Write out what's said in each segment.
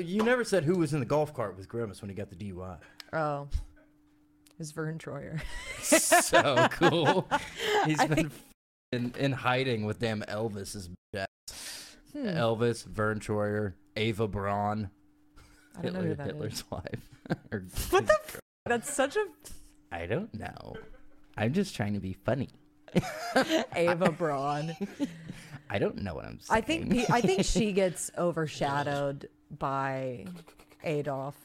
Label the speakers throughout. Speaker 1: You never said who was in the golf cart with Grimace when he got the DUI.
Speaker 2: Oh, it was Vern Troyer.
Speaker 1: so cool. He's been in, in hiding with damn Elvis's ass.
Speaker 2: hmm,
Speaker 1: Elvis, Vern Troyer, Ava Braun,
Speaker 2: I don't know
Speaker 1: Hitler,
Speaker 2: who that is.
Speaker 1: Hitler's wife. Or-
Speaker 2: What the? F- that's such a
Speaker 1: I don't know. I'm just trying to be funny.
Speaker 2: Ava Braun.
Speaker 1: I don't know what I'm saying.
Speaker 2: I think pe- I think she gets overshadowed by Adolf.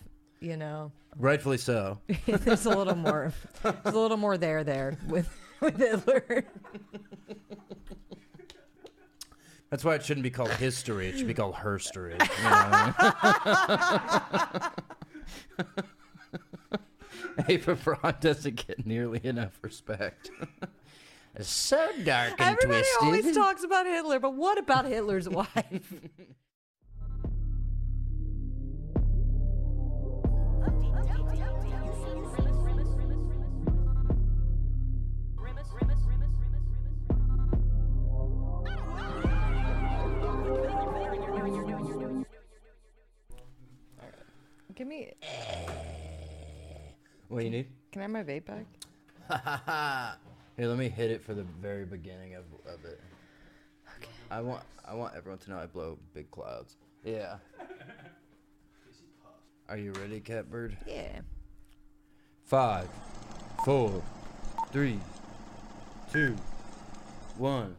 Speaker 2: You know,
Speaker 1: rightfully so.
Speaker 2: there's a little more, there's a little more there there with with Hitler.
Speaker 1: That's why it shouldn't be called history. It should be called herstory. You know what I mean? Ava Braun doesn't get nearly enough respect. It's so dark and
Speaker 2: Everybody
Speaker 1: twisted.
Speaker 2: always talks about Hitler, but what about Hitler's wife?
Speaker 3: Give me.
Speaker 1: what do you need?
Speaker 3: Can I have my vape back?
Speaker 1: Here, let me hit it for the very beginning of, of it. I want I want everyone to know I blow big clouds. Yeah. Are you ready, Catbird?
Speaker 2: Yeah.
Speaker 1: Five, four, three, two, one.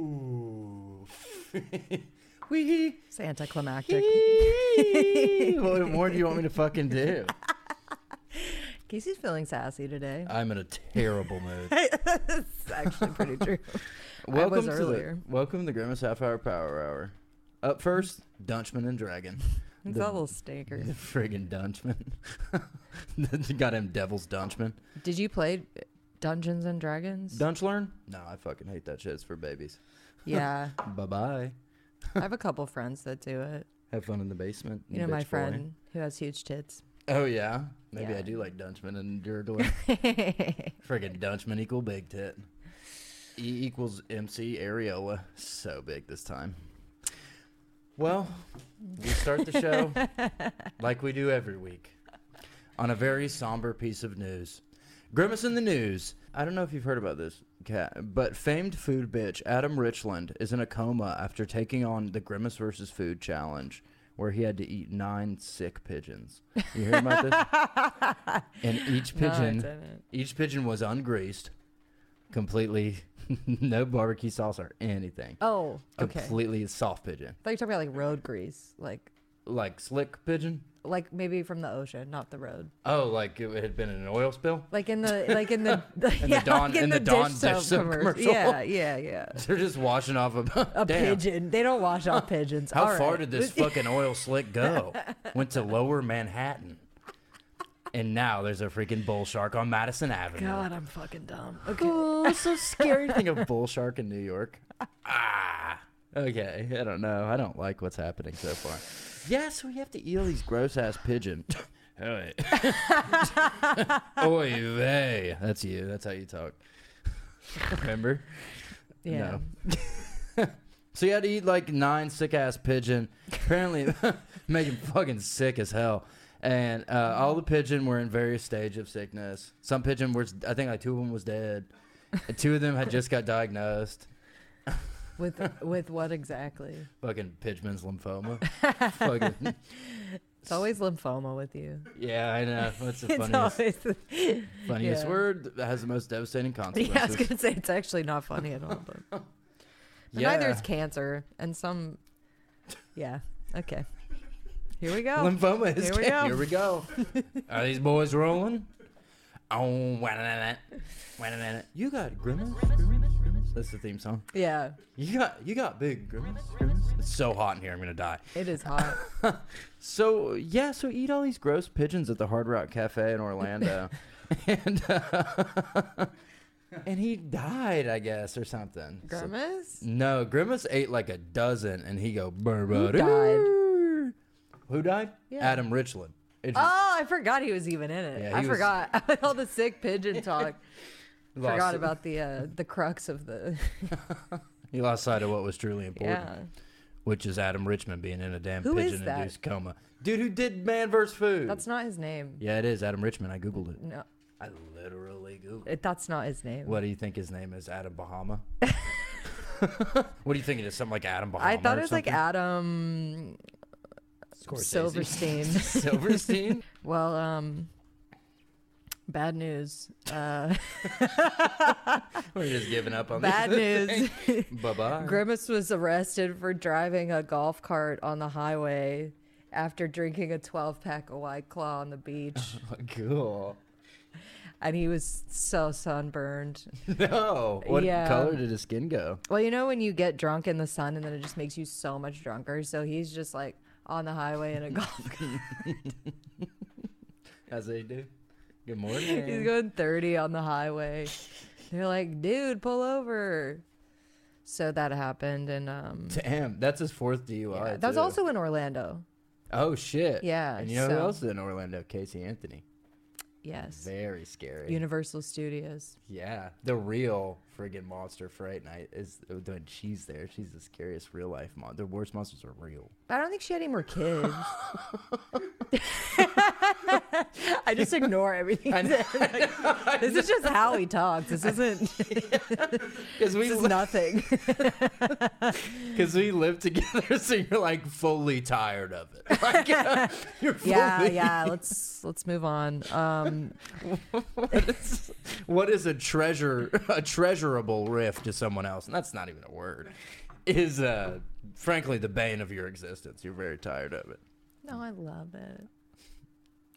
Speaker 1: Ooh. Wee.
Speaker 2: It's anticlimactic.
Speaker 1: what more do you want me to fucking do?
Speaker 2: Casey's feeling sassy today.
Speaker 1: I'm in a terrible mood.
Speaker 2: It's actually pretty true.
Speaker 1: Welcome
Speaker 2: was
Speaker 1: to
Speaker 2: earlier.
Speaker 1: the welcome to the Grimace Half Hour Power Hour. Up first, Dunchman and Dragon.
Speaker 2: It's
Speaker 1: The-
Speaker 2: a little stinker.
Speaker 1: The friggin' Dunchman. the goddamn Devil's Dunchman.
Speaker 2: Did you play Dungeons and Dragons?
Speaker 1: Dunchlearn? No, I fucking hate that shit. It's for babies.
Speaker 2: yeah,
Speaker 1: Bye bye.
Speaker 2: I have a couple friends that do it.
Speaker 1: Have fun in the basement.
Speaker 2: You know,
Speaker 1: bitch
Speaker 2: my
Speaker 1: boy.
Speaker 2: friend who has huge tits.
Speaker 1: Oh yeah, maybe I
Speaker 2: Yeah.
Speaker 1: do like Dunchman and Durdler. Friggin' Dunchman equal big tit. E equals MC Areola. So big this time. Well, we start the show like we do every week on a very somber piece of news. Grimace in the news. I don't know if you've heard about this, Kat, but famed food bitch Adam Richland is in a coma after taking on the Grimace versus Food challenge, where he had to eat nine sick pigeons. You hear about this? and each
Speaker 2: No, I
Speaker 1: pigeon,
Speaker 2: didn't.
Speaker 1: each pigeon was ungreased, completely, no barbecue sauce or anything.
Speaker 2: Oh, okay.
Speaker 1: Completely soft pigeon,
Speaker 2: I thought you were talking about like road grease, like
Speaker 1: like slick pigeon.
Speaker 2: like maybe from the ocean, not the road.
Speaker 1: Oh, like it had been in an oil spill.
Speaker 2: Like in the like in the, yeah,
Speaker 1: Dawn-
Speaker 2: like in,
Speaker 1: in
Speaker 2: the,
Speaker 1: the Dawn
Speaker 2: dish
Speaker 1: dish
Speaker 2: soap
Speaker 1: soap
Speaker 2: commercial.
Speaker 1: commercial.
Speaker 2: Yeah, yeah, yeah.
Speaker 1: They're just washing off a,
Speaker 2: A
Speaker 1: Damn.
Speaker 2: pigeon. They don't wash off pigeons.
Speaker 1: How
Speaker 2: All
Speaker 1: far
Speaker 2: right.
Speaker 1: did this fucking oil slick go? Went to lower Manhattan. And now there's a freaking bull shark on Madison Avenue.
Speaker 2: God, I'm fucking dumb. Okay.
Speaker 1: Oh, so scary to think of bull shark in New York. Ah. Okay, I don't know. I don't like what's happening so far. Yes, we have to eat all these gross ass pigeon. Oy. Oy vey. That's you. That's how you talk. Remember?
Speaker 2: Yeah.
Speaker 1: No. so you had to eat like nine sick ass pigeon. Apparently, making fucking sick as hell. And uh, all the pigeon were in various stage of sickness. Some pigeon was, I think, like two of them was dead. And two of them had just got diagnosed.
Speaker 2: With with what exactly?
Speaker 1: Fucking Pigeon's lymphoma. fucking,
Speaker 2: It's always lymphoma with you.
Speaker 1: yeah, I know. That's the
Speaker 2: It's
Speaker 1: funniest,
Speaker 2: always
Speaker 1: funniest
Speaker 2: yeah.
Speaker 1: word that has the most devastating consequences.
Speaker 2: Yeah, I was gonna say it's actually not funny at all. But, but neither
Speaker 1: Yeah.
Speaker 2: is cancer, and some. Yeah. Okay. Here we go.
Speaker 1: Lymphoma is
Speaker 2: Here we
Speaker 1: king.
Speaker 2: go.
Speaker 1: Here we go. Are these boys rolling? Oh, wait a minute. Wait a minute. You got grimace, grimace, grimace. That's the theme song.
Speaker 2: yeah,
Speaker 1: You got you got big grimace, grimace. It's so hot in here. I'm gonna die.
Speaker 2: it is hot.
Speaker 1: So yeah, so eat all these gross pigeons at the Hard Rock Cafe in Orlando, and uh, and he died, I guess, or something. So-
Speaker 2: Grimace.
Speaker 1: no, Grimace ate like a dozen, and he go. Who
Speaker 2: died?
Speaker 1: Who died?
Speaker 2: Yeah.
Speaker 1: Adam Richland. It just-
Speaker 2: Oh, I forgot he was even in it.
Speaker 1: Yeah,
Speaker 2: I
Speaker 1: he was-
Speaker 2: forgot all the sick pigeon talk.
Speaker 1: lost
Speaker 2: forgot
Speaker 1: it.
Speaker 2: about the uh, the crux of the
Speaker 1: He lost sight of what was truly important,
Speaker 2: yeah.
Speaker 1: which is Adam Richmond being in a damn
Speaker 2: Who is
Speaker 1: pigeon
Speaker 2: that?
Speaker 1: induced coma. Dude who did Man vs. Food.
Speaker 2: That's not his name.
Speaker 1: yeah, it is Adam Richmond. I Googled it.
Speaker 2: No,
Speaker 1: I literally Googled
Speaker 2: it, that's not his name.
Speaker 1: What do you think his name is? Adam Bahama? what do you think it is? Something like Adam Bahama?
Speaker 2: I thought
Speaker 1: or
Speaker 2: it was like
Speaker 1: something?
Speaker 2: Adam Silverstein.
Speaker 1: Silverstein?
Speaker 2: well, um, bad news. Uh,
Speaker 1: We're just giving up on
Speaker 2: bad
Speaker 1: this.
Speaker 2: news.
Speaker 1: Bye bye.
Speaker 2: Grimace was arrested for driving a golf cart on the highway after drinking a 12 pack of White Claw on the beach.
Speaker 1: Uh-huh. cool.
Speaker 2: and he was so sunburned.
Speaker 1: No. What
Speaker 2: Yeah.
Speaker 1: color did his skin go?
Speaker 2: Well, you know, when you get drunk in the sun and then it just makes you so much drunker. So he's just like on the highway in a golf cart.
Speaker 1: As they do. Good
Speaker 2: He's
Speaker 1: morning.
Speaker 2: going 30 on the highway. They're like, dude, pull over. So that happened. And um,
Speaker 1: Damn, that's his fourth DUI.
Speaker 2: yeah, that was
Speaker 1: too.
Speaker 2: also in Orlando.
Speaker 1: Oh shit.
Speaker 2: Yeah,
Speaker 1: And you know who
Speaker 2: so-
Speaker 1: else is in Orlando? Casey Anthony.
Speaker 2: Yes.
Speaker 1: Very scary.
Speaker 2: Universal Studios.
Speaker 1: yeah. The real friggin' monster Fright Night is doing she's there. She's the scariest real life monster. The worst monsters are real.
Speaker 2: But I don't think she had any more kids. I just ignore everything. he said. Like, this is just how he talks. This isn't.
Speaker 1: Because we
Speaker 2: This is nothing.
Speaker 1: because we live together, so you're like fully tired of it. Like, you're fully,
Speaker 2: yeah, yeah. Let's let's move on. Um,
Speaker 1: What is a treasure a treasurable riff to someone else? And that's not even a word. Is uh frankly the bane of your existence. You're very tired of it.
Speaker 2: no, I love it.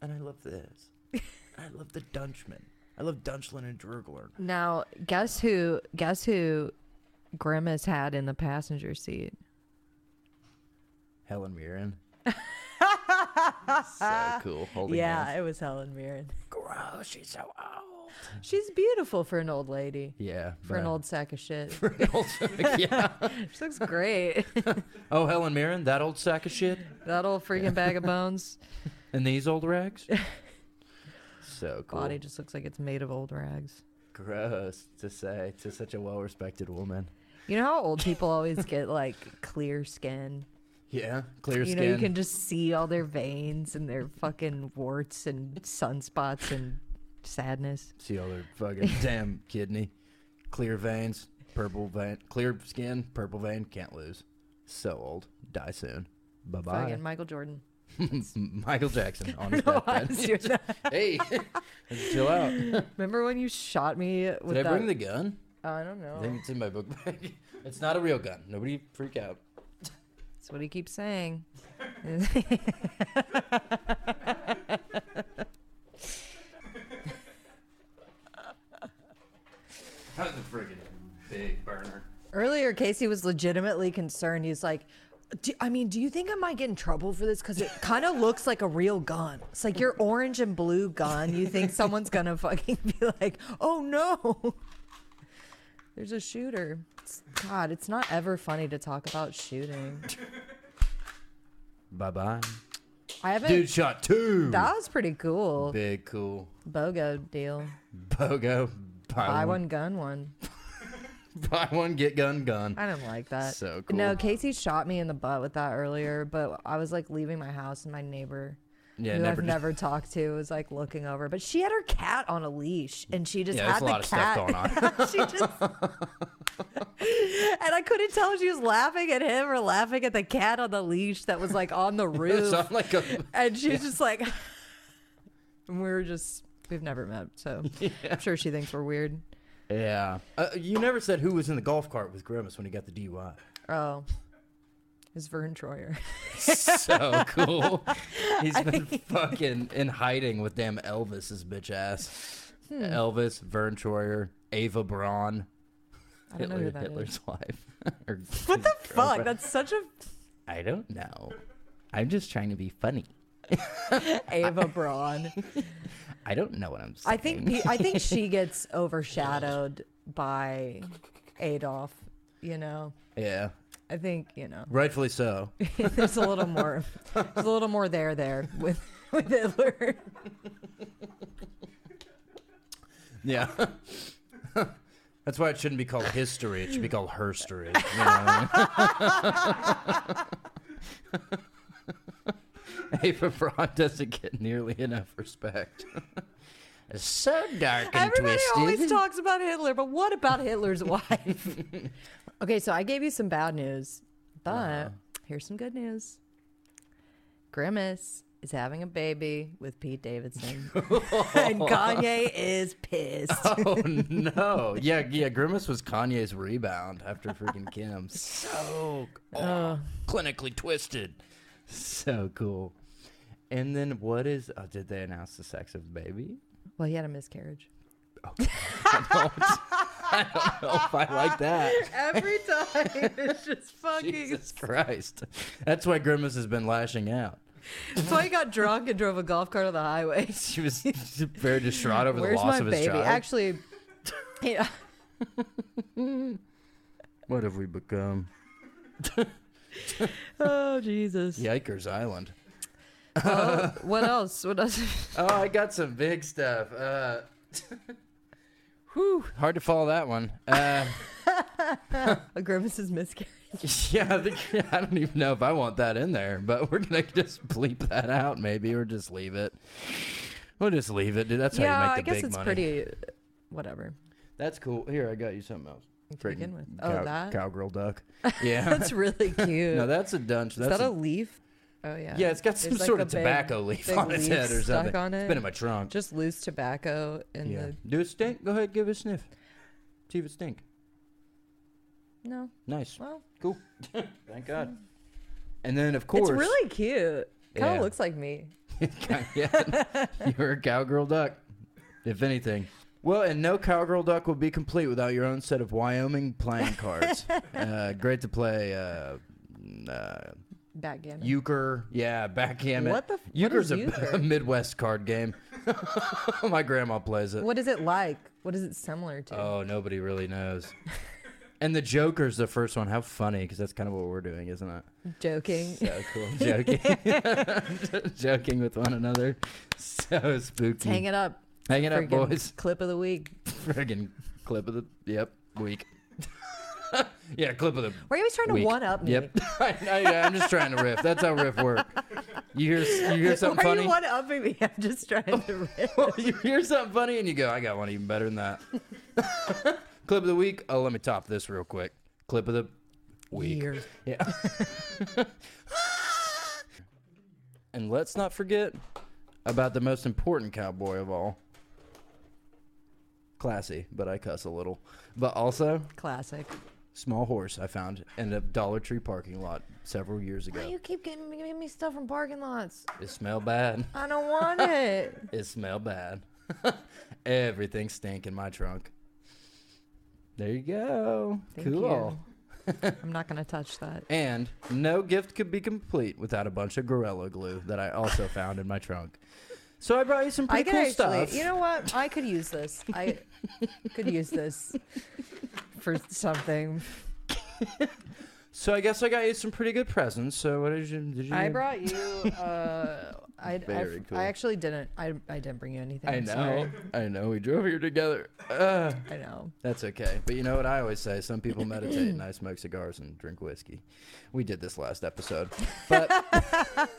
Speaker 1: And I love this. I love the Dunchman. I love Dunchlin and Drugler.
Speaker 2: Now, guess who? Guess who? Grimace had in the passenger seat.
Speaker 1: Helen Mirren. so cool. Holding hands.
Speaker 2: it was Helen Mirren.
Speaker 1: Gross, she's so old.
Speaker 2: She's beautiful for an old lady.
Speaker 1: Yeah.
Speaker 2: For an
Speaker 1: but-
Speaker 2: old sack of shit.
Speaker 1: for an old yeah.
Speaker 2: She looks great.
Speaker 1: Oh, Helen Mirren, that old sack of shit.
Speaker 2: that old freaking bag of bones.
Speaker 1: And these old rags? so cool.
Speaker 2: Body just looks like it's made of old rags.
Speaker 1: Gross to say to such a well respected woman.
Speaker 2: You know how old people always get like clear skin?
Speaker 1: Yeah. Clear
Speaker 2: you know,
Speaker 1: skin.
Speaker 2: you can just see all their veins and their fucking warts and sunspots and sadness.
Speaker 1: See all their fucking damn kidney. Clear veins, purple vein, clear skin, purple vein, can't lose. So old. Die soon. Bye bye.
Speaker 2: Fucking Michael Jordan.
Speaker 1: Michael Jackson on his
Speaker 2: No, I was
Speaker 1: deathbed.
Speaker 2: doing that.
Speaker 1: hey, let's chill out. Did
Speaker 2: Remember when you shot me with
Speaker 1: I
Speaker 2: that?
Speaker 1: bring the gun?
Speaker 2: I don't
Speaker 1: I
Speaker 2: know.
Speaker 1: think it's in my book bag. It's not a real gun. Nobody freak out.
Speaker 2: That's what he keeps saying.
Speaker 1: That was a friggin' big burner.
Speaker 2: Earlier, Casey was legitimately concerned. He's like, do, I mean, do you think I might get in trouble for this? Because it kind of looks like a real gun. It's like your orange and blue gun. You think someone's going to fucking be like, oh no, there's a shooter. It's- God, it's not ever funny to talk about shooting.
Speaker 1: Bye bye.
Speaker 2: I haven't.
Speaker 1: Dude shot two.
Speaker 2: that was pretty cool.
Speaker 1: Big cool.
Speaker 2: BOGO deal.
Speaker 1: Bogo. Buy,
Speaker 2: Buy
Speaker 1: one.
Speaker 2: one, gun one.
Speaker 1: Buy one, get gun, gun.
Speaker 2: I don't like that.
Speaker 1: So
Speaker 2: No,
Speaker 1: cool.
Speaker 2: Casey shot me in the butt with that earlier, but I was like leaving my house and my neighbor
Speaker 1: Yeah,
Speaker 2: who
Speaker 1: never.
Speaker 2: I've never talked to was like looking over, but she had her cat on a leash and she just
Speaker 1: yeah, there's
Speaker 2: had
Speaker 1: a lot
Speaker 2: the
Speaker 1: of
Speaker 2: cat.
Speaker 1: stuff going on.
Speaker 2: she just and I couldn't tell if she was laughing at him or laughing at the cat on the leash that was like on the
Speaker 1: It's
Speaker 2: roof.
Speaker 1: not like a.
Speaker 2: and she's just like, and we were just we've never met, so I'm sure she thinks we're weird.
Speaker 1: Yeah. Uh, you never said who was in the golf cart with Grimace when he got the DUI.
Speaker 2: Oh, it's Vern Troyer.
Speaker 1: so cool. He's been fucking in hiding with damn Elvis's bitch ass.
Speaker 2: Hmm.
Speaker 1: Elvis, Vern Troyer, Ava Braun,
Speaker 2: I don't
Speaker 1: Hitler,
Speaker 2: know who that is.
Speaker 1: Hitler's wife. or
Speaker 2: What the
Speaker 1: his
Speaker 2: fuck?
Speaker 1: girlfriend.
Speaker 2: That's such a
Speaker 1: I don't know. I'm just trying to be funny.
Speaker 2: Ava Braun.
Speaker 1: I don't know what I'm saying.
Speaker 2: I think pe- I think she gets overshadowed by Adolf. You know,
Speaker 1: yeah,
Speaker 2: I think you know
Speaker 1: rightfully so.
Speaker 2: there's a little more, there's a little more there there with with Hitler.
Speaker 1: Yeah. That's why it shouldn't be called history. It should be called herstory. You know what I mean? Ava Braun doesn't get nearly enough respect. it's so dark and
Speaker 2: Everybody always
Speaker 1: twisted.
Speaker 2: talks about Hitler, but what about Hitler's wife? okay, so I gave you some bad news, but here's some good news. Grimace is having a baby with Pete Davidson, and Kanye is pissed.
Speaker 1: oh no! Yeah, yeah. Grimace was Kanye's rebound after freaking Kim. So oh, clinically twisted. So cool. And then what is? Oh, did they announce the sex of the baby?
Speaker 2: Well, he had a miscarriage.
Speaker 1: Oh, if I like that.
Speaker 3: Every time it's just fucking.
Speaker 1: Jesus Christ. That's why Grimace has been lashing out.
Speaker 2: That's why he got drunk and drove a golf cart on the highway.
Speaker 1: She was very distraught over
Speaker 2: Where's
Speaker 1: the loss
Speaker 2: my
Speaker 1: of his
Speaker 2: baby?
Speaker 1: child.
Speaker 2: Actually, yeah.
Speaker 1: what have we become?
Speaker 2: oh Jesus.
Speaker 1: Yikers Island.
Speaker 2: Oh, what else? What else?
Speaker 1: Oh, I got some big stuff. Uh, whew, hard to follow that one. Uh,
Speaker 2: a grimace's miscarriage.
Speaker 1: yeah, I, think, I don't even know if I want that in there, but we're going to just bleep that out maybe or just leave it. We'll just leave it, dude. That's
Speaker 2: yeah,
Speaker 1: how you make the
Speaker 2: I guess
Speaker 1: big
Speaker 2: it's
Speaker 1: money.
Speaker 2: pretty. Whatever.
Speaker 1: That's cool. Here, I got you something else.
Speaker 2: To begin
Speaker 1: Freaking
Speaker 2: with. Oh,
Speaker 1: cow-
Speaker 2: that?
Speaker 1: cowgirl duck. Yeah,
Speaker 2: That's really cute.
Speaker 1: no, that's a dunch.
Speaker 2: Is
Speaker 1: That's
Speaker 2: that
Speaker 1: a,
Speaker 2: a, leaf? Oh yeah.
Speaker 1: yeah, it's got some
Speaker 2: There's, like,
Speaker 1: sort
Speaker 2: the
Speaker 1: of
Speaker 2: big-
Speaker 1: tobacco leaf
Speaker 2: big
Speaker 1: on its
Speaker 2: leaf
Speaker 1: head or
Speaker 2: stuck
Speaker 1: something.
Speaker 2: on
Speaker 1: It's been
Speaker 2: it.
Speaker 1: in my trunk.
Speaker 2: Just loose tobacco and
Speaker 1: yeah. Do it stink? Go ahead, give it a sniff. See if it stink.
Speaker 2: the no.
Speaker 1: Nice.
Speaker 2: Well,
Speaker 1: Cool. Thank God. And then of
Speaker 2: it's
Speaker 1: course,
Speaker 2: really cute. Kind of
Speaker 1: Yeah.
Speaker 2: looks like me.
Speaker 1: yeah, you're a cowgirl duck, if anything. Well, and no cowgirl duck would be complete without your own set of Wyoming playing cards. uh, great to play. Uh, uh,
Speaker 2: Backgammon.
Speaker 1: Euchre, yeah, backgammon.
Speaker 2: What the f- what
Speaker 1: Euchre's
Speaker 2: is
Speaker 1: a,
Speaker 2: euchre?
Speaker 1: a Midwest card game. My grandma plays it.
Speaker 2: What is it like? What is it similar to?
Speaker 1: Oh, nobody really knows. and the Joker's the first one. How funny, because that's kind of what we're doing, isn't it?
Speaker 2: Joking.
Speaker 1: So cool, joking, joking with one another. So spooky.
Speaker 2: Hang it up.
Speaker 1: Hang it up,
Speaker 2: Friggin'
Speaker 1: boys.
Speaker 2: Clip of the week.
Speaker 1: Friggin' clip of the yep week. yeah, clip of the
Speaker 2: Were you always trying to
Speaker 1: week.
Speaker 2: one up me?
Speaker 1: Yep, I, I, I'm just trying to riff. That's how riff work. You hear you hear something
Speaker 2: Why are
Speaker 1: funny.
Speaker 2: you one upping me? I'm just trying to. rip.
Speaker 1: Well, you hear something funny and you go, I got one even better than that. Clip of the week. Oh, let me top this real quick. Clip of the week.
Speaker 2: Year.
Speaker 1: Yeah. and let's not forget about the most important cowboy of all. Classy, but I cuss a little. But also,
Speaker 2: Classic.
Speaker 1: small horse I found in a Dollar Tree parking lot several years
Speaker 2: Why do
Speaker 1: ago.
Speaker 2: you keep getting giving me stuff from parking lots?
Speaker 1: It smelled bad.
Speaker 2: I don't want it.
Speaker 1: It smelled bad. Everything stank in my trunk. There you go.
Speaker 2: Thank
Speaker 1: cool.
Speaker 2: you. I'm not gonna touch that.
Speaker 1: And no gift could be complete without a bunch of Gorilla glue that I also found in my trunk. So I brought you some pretty
Speaker 2: I could
Speaker 1: cool
Speaker 2: actually,
Speaker 1: stuff.
Speaker 2: you know what? I could use this. I could use this for something.
Speaker 1: so I guess I got you some pretty good presents. So what did you? Did you?
Speaker 2: I brought you. Uh, I,
Speaker 1: Very
Speaker 2: I,
Speaker 1: cool.
Speaker 2: I actually didn't. I, I didn't bring you anything.
Speaker 1: I
Speaker 2: I'm
Speaker 1: know.
Speaker 2: sorry.
Speaker 1: I know. We drove here together. Uh,
Speaker 2: I know.
Speaker 1: that's okay. But you know what I always say? Some people meditate, and I smoke cigars and drink whiskey. We did this last episode. But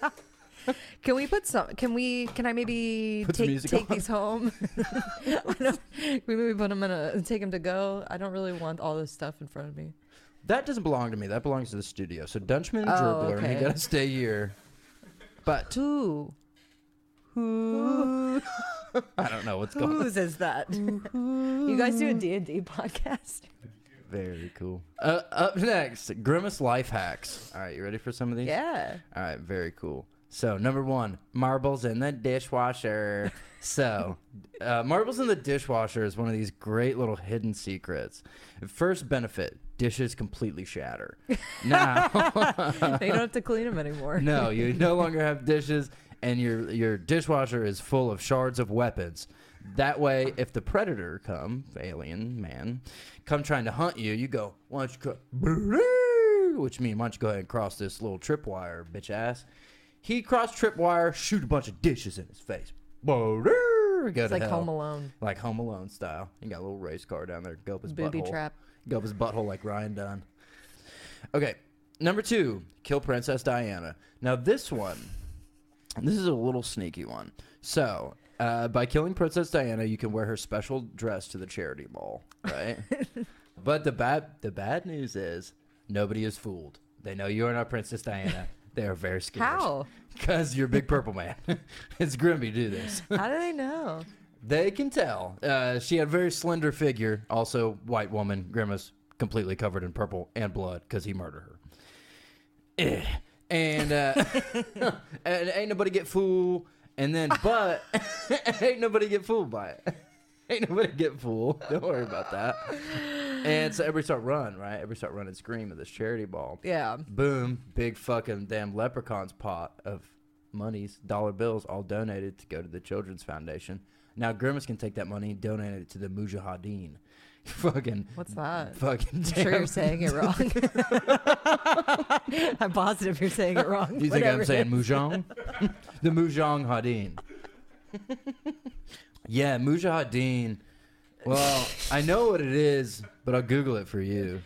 Speaker 2: Can we put some? Can we? Can I maybe
Speaker 1: Put some
Speaker 2: take
Speaker 1: music
Speaker 2: take
Speaker 1: on.
Speaker 2: these home? I don't- we maybe put them in a take them to go. I don't really want all this stuff in front of me.
Speaker 1: That doesn't belong to me. That belongs to the studio. So Dunchman and
Speaker 2: Oh,
Speaker 1: Dribbler, and
Speaker 2: okay.
Speaker 1: you gotta stay here. But
Speaker 2: Two.
Speaker 1: I don't know what's going. on.
Speaker 2: Whose is that? you guys do a D and D podcast?
Speaker 1: Very cool. Uh, up next, Grimace life hacks. All right, you ready for some of these?
Speaker 2: Yeah.
Speaker 1: All right, very cool. So number one, marbles in the dishwasher. so uh, marbles in the dishwasher is one of these great little hidden secrets. First benefit: dishes completely shatter. Now.
Speaker 2: They don't have to clean them anymore.
Speaker 1: No, you no longer have dishes, and your your dishwasher is full of shards of weapons. That way, if the predator come, alien man, come trying to hunt you, you go, why don't you go, which means why don't you go ahead and cross this little tripwire, bitch ass. He crossed tripwire, shoot a bunch of dishes in his face. Brrrr. Woo, go
Speaker 2: It's
Speaker 1: to
Speaker 2: like
Speaker 1: hell.
Speaker 2: Home Alone.
Speaker 1: Like Home Alone style. You got a little race car down there. Go up his
Speaker 2: Booby
Speaker 1: butthole.
Speaker 2: trap.
Speaker 1: Go up his butthole like Ryan Dunn. Okay, number two, kill Princess Diana. Now this one, this is a little sneaky one. So. Uh, by killing Princess Diana, you can wear her special dress to the charity ball, right? but the bad the bad news is nobody is fooled. They know you are not Princess Diana. they are very scared.
Speaker 2: How?
Speaker 1: Because you're Big Purple Man. it's Grimby do this.
Speaker 2: How do they know?
Speaker 1: They can tell. Uh, she had a very slender figure, also white woman, grimace, completely covered in purple and blood because he murdered her. Eh. And, uh, and ain't nobody get fooled. And then, but ain't nobody get fooled by it. ain't nobody get fooled. Don't worry about that. And so everybody start run, right? Everybody start running, scream at this charity ball.
Speaker 2: Yeah.
Speaker 1: Boom, big fucking damn leprechaun's pot of monies, dollar bills, all donated to go to the Children's Foundation. Now Grimace can take that money and donate it to the Mujahideen. fucking.
Speaker 2: What's that?
Speaker 1: Fucking
Speaker 2: I'm sure
Speaker 1: damn-
Speaker 2: you're saying it wrong. I'm positive you're saying it wrong.
Speaker 1: You think
Speaker 2: Whatever
Speaker 1: I'm
Speaker 2: it
Speaker 1: saying
Speaker 2: is.
Speaker 1: Mujong? the Mujong Hadeen. yeah, Mujahideen. Well, I know what it is, but I'll Google it for you.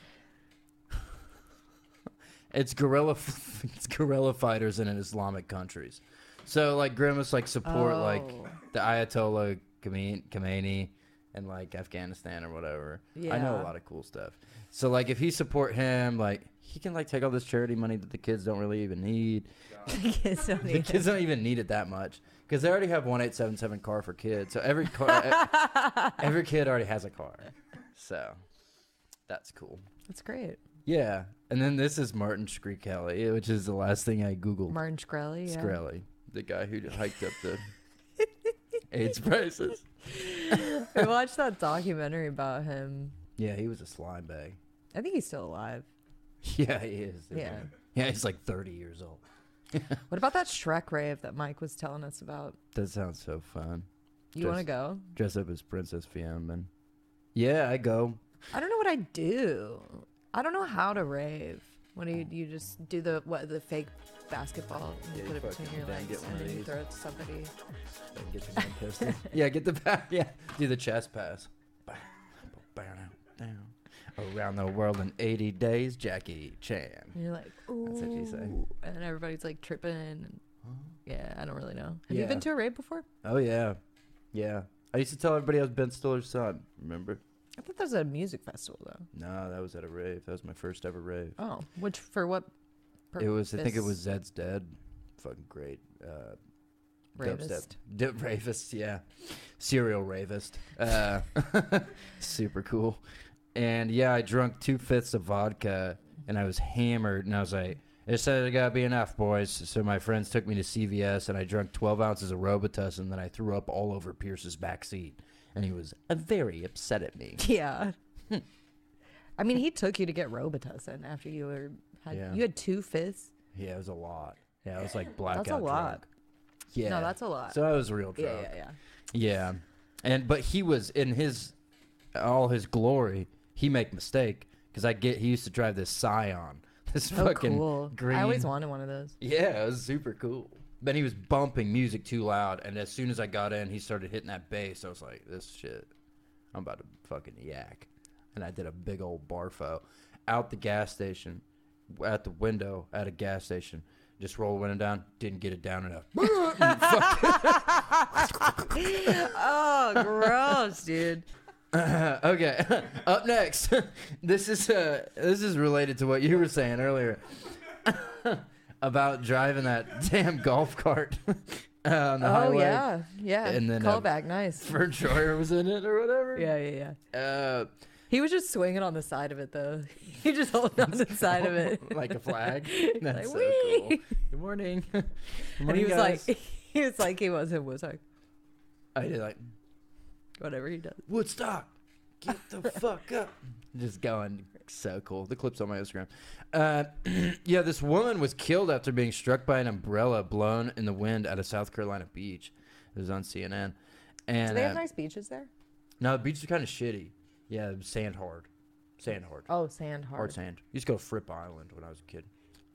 Speaker 1: It's guerrilla, f- it's guerrilla fighters in Islamic countries. So like Grimace like support like
Speaker 2: Oh.
Speaker 1: the Ayatollah Khame- Khomeini and like Afghanistan or whatever. I know a
Speaker 2: Yeah.
Speaker 1: lot of cool stuff. So like if he support him, like he can like take all this charity money that the kids don't really even need.
Speaker 2: Kids don't
Speaker 1: The
Speaker 2: need
Speaker 1: kids don't even need it that much because they already have one eight seven seven car for kids. So every car, e-, every kid already has a car. So that's cool.
Speaker 2: it. That's great.
Speaker 1: Yeah, and then this is Martin Shkreli, which is the last thing I googled.
Speaker 2: Martin Shkreli. Yeah.
Speaker 1: Shkreli, the guy who hiked up the AIDS prices.
Speaker 2: I watched that documentary about him.
Speaker 1: Yeah, he was a slime bag.
Speaker 2: I think he's still alive.
Speaker 1: Yeah, he is. dude.
Speaker 2: Yeah.
Speaker 1: yeah, he's like thirty years old.
Speaker 2: What about that Shrek rave that Mike was telling us about?
Speaker 1: That sounds so fun.
Speaker 2: You want to
Speaker 1: Just-
Speaker 2: go?
Speaker 1: Dress up as Princess Fiamman. Yeah, I go.
Speaker 2: I don't know what I do. I don't know how to rave. What do you you just do the what the fake basketball and you
Speaker 1: Yeah,
Speaker 2: put
Speaker 1: you
Speaker 2: it between
Speaker 1: fucking
Speaker 2: your
Speaker 1: then get
Speaker 2: legs
Speaker 1: one of
Speaker 2: and then you
Speaker 1: these.
Speaker 2: throw it to somebody.
Speaker 1: Like, Get the man pistol. yeah, get the pass. Yeah, do the chest pass. Around the world in 80 days, Jackie Chan.
Speaker 2: And you're like, ooh.
Speaker 1: what you say.
Speaker 2: And then everybody's like tripping. And, yeah, I don't really know. Have you
Speaker 1: Yeah.
Speaker 2: been to a rave before?
Speaker 1: Oh yeah, yeah. I used to tell everybody I was Ben Stiller's son. Remember?
Speaker 2: I thought that was at a music festival though.
Speaker 1: No, that was at a rave. That was my first ever rave.
Speaker 2: Oh, which for what?
Speaker 1: It was. I think it
Speaker 2: purpose?
Speaker 1: was Zed's dead. Fucking great. Uh,
Speaker 2: Bravest.
Speaker 1: Dubstep. D- ravist, yeah. Serial ravist. Uh, super cool. And yeah, I drunk two fifths of vodka and I was hammered and I was like, it said it gotta be enough, boys. So my friends took me to CVS and I drank 12 ounces of Robitussin and then I threw up all over Pierce's back seat. And he was uh, very upset at me.
Speaker 2: Yeah. I mean, he took you to get Robitussin after you were had
Speaker 1: Yeah.
Speaker 2: you had two fifths.
Speaker 1: Yeah, it was a lot. Yeah, it was like blackout.
Speaker 2: That's a lot.
Speaker 1: drunk. Yeah.
Speaker 2: No, that's a lot.
Speaker 1: So I was real drunk.
Speaker 2: yeah, yeah, yeah.
Speaker 1: Yeah, and but he was in his all his glory. He make mistake because I get he used to drive this Scion, this
Speaker 2: Oh,
Speaker 1: fucking
Speaker 2: cool.
Speaker 1: green.
Speaker 2: I always wanted one of those.
Speaker 1: Yeah, it was super cool. But he was bumping music too loud, and as soon as I got in, he started hitting that bass. I was like, "This shit, I'm about to fucking yak," and I did a big old barfo out the gas station, at the window at a gas station. Just roll the window down. Didn't get it down enough.
Speaker 2: Oh, gross, dude.
Speaker 1: okay. Up next, this is uh, this is related to what you were saying earlier about driving that damn golf cart on the
Speaker 2: Oh
Speaker 1: highway.
Speaker 2: yeah, yeah.
Speaker 1: And then, uh,
Speaker 2: callback, nice.
Speaker 1: For Joyer was in it or whatever.
Speaker 2: Yeah, yeah, yeah.
Speaker 1: Uh,
Speaker 2: He was just swinging on the side of it though. He just holding on the side of it,
Speaker 1: like a flag.
Speaker 2: Like,
Speaker 1: That's so cool.
Speaker 2: "Wee."
Speaker 1: Good morning. Good
Speaker 2: and he
Speaker 1: morning,
Speaker 2: was
Speaker 1: guys.
Speaker 2: like, he was like, he wasn't was like,
Speaker 1: I did like
Speaker 2: whatever he does.
Speaker 1: Woodstock. Get the fuck up. Just going so cool. The clip's on my Instagram. Uh, yeah, this woman was killed after being struck by an umbrella blown in the wind at a South Carolina beach. It was on CNN. And
Speaker 2: Do they have
Speaker 1: uh,
Speaker 2: nice beaches there?
Speaker 1: no, the beach is kind of shitty. Yeah, sand hard, sand hard,
Speaker 2: Oh, sand hard.
Speaker 1: hard sand. Used to go to Fripp Island when I was a kid.